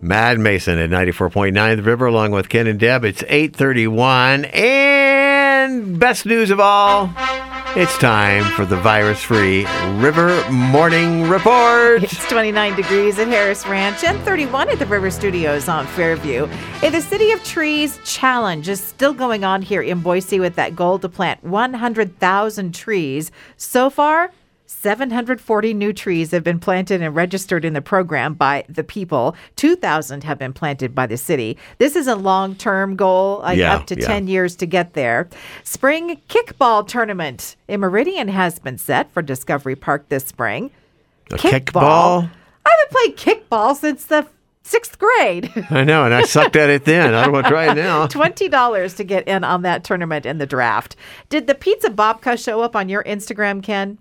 Mad Mason at 94.9 The River, along with Ken and Deb. It's 831. And best news of all, it's time for the virus-free River Morning Report. It's 29 degrees at Harris Ranch and 31 at the River Studios on Fairview. Hey, the City of Trees challenge is still going on here in Boise with that goal to plant 100,000 trees. So far, 740 new trees have been planted and registered in the program by the people. 2,000 have been planted by the city. This is a long term goal, like Yeah, up to yeah. 10 years to get there. Spring kickball tournament in Meridian has been set for Discovery Park this spring. A kickball? I haven't played kickball since the sixth grade. I know, and I sucked at it then. I don't want to try it now. $20 to get in on that tournament and the draft. Did the Pizza Bobka show up on your Instagram, Ken?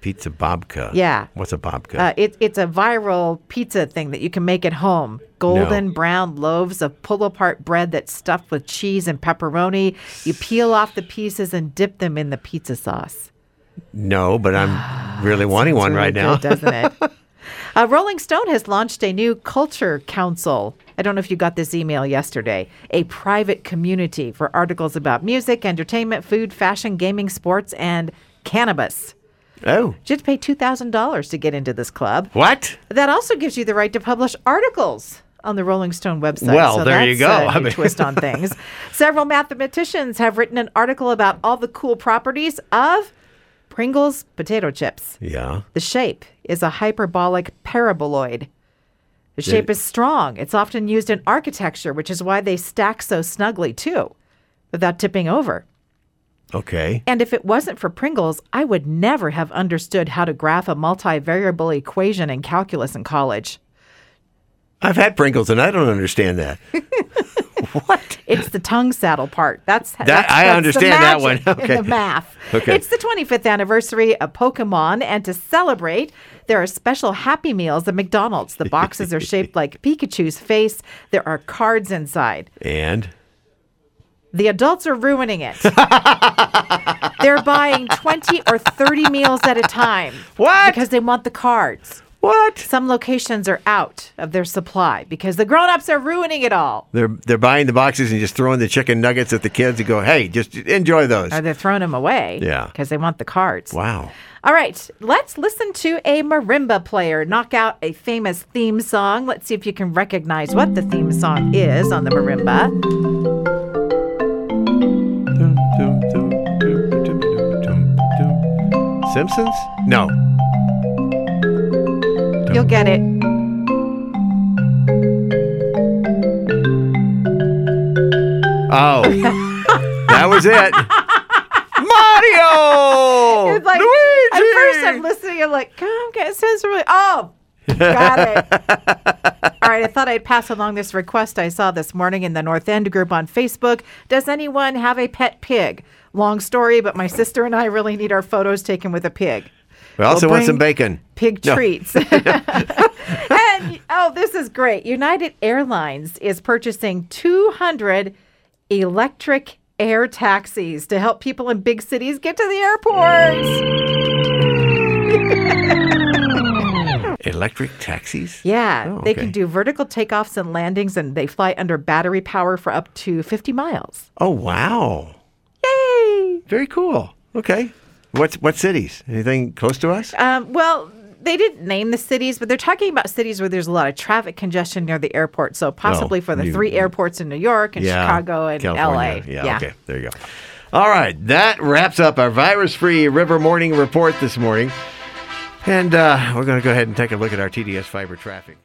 Pizza Bobka. Yeah. What's a Bobka? Uh, it, it's a viral pizza thing that you can make at home. Golden brown loaves of pull apart bread that's stuffed with cheese and pepperoni. You peel off the pieces and dip them in the pizza sauce. no, but I'm really wanting one It's right really now. good, doesn't it? Uh, Rolling Stone has launched a new culture council. I don't know if you got this email yesterday. A private community for articles about music, entertainment, food, fashion, gaming, sports, and cannabis. oh, You have to pay two thousand dollars to get into this club. what? That also gives you the right to publish articles on the Rolling Stone website. Well, so there that's you go. A I new mean- twist on things. Several mathematicians have written an article about all the cool properties of Pringles potato chips. Yeah. The shape is a hyperbolic paraboloid. The shape is strong. It's often used in architecture, which is why they stack so snugly too, without tipping over. Okay. And if it wasn't for Pringles, I would never have understood how to graph a multivariable equation in calculus in college. I've had Pringles, and I don't understand that. what? It's the tongue saddle part. That's that, I that's understand that the magic one. in the Okay. math. Okay. It's the 25th anniversary of Pokemon, and to celebrate, there are special Happy Meals at McDonald's. The boxes are shaped like Pikachu's face. There are cards inside. And The adults are ruining it. They're buying 20 or 30 meals at a time. What? Because they want the cards. what? Some locations are out of their supply because the grown-ups are ruining it all. They're they're buying the boxes and just throwing the chicken nuggets at the kids and go, hey, just enjoy those. Or they're throwing them away. Yeah. Because they want the cards. Wow. All right, let's listen to a marimba player knock out a famous theme song. Let's see if you can recognize what the theme song is on the marimba. Simpsons? No. You'll get it. Oh, that was it. Mario. It's like Luigi. at first I'm listening, I'm like, come get it sounds really oh got it. All right, I thought I'd pass along this request I saw this morning in the North End group on Facebook. Does anyone have a pet pig? Long story, but my sister and I really need our photos taken with a pig. we also want bring some bacon. Pig No. treats. and oh, this is great. United Airlines is purchasing 200 electric air taxis to help people in big cities get to the airports. Electric taxis? Yeah, Oh, they can okay. do vertical takeoffs and landings, and they fly under battery power for up to 50 miles. Oh, wow. Yay! Very cool. Okay. What's what cities? Anything close to us? Um, well, they didn't name the cities, but they're talking about cities where there's a lot of traffic congestion near the airport. So possibly for the Oh, you- three airports in New York and Chicago and California. LA. Yeah, Okay. There you go. All right. That wraps up our virus free River Morning Report this morning. And uh, we're going to go ahead and take a look at our TDS fiber traffic.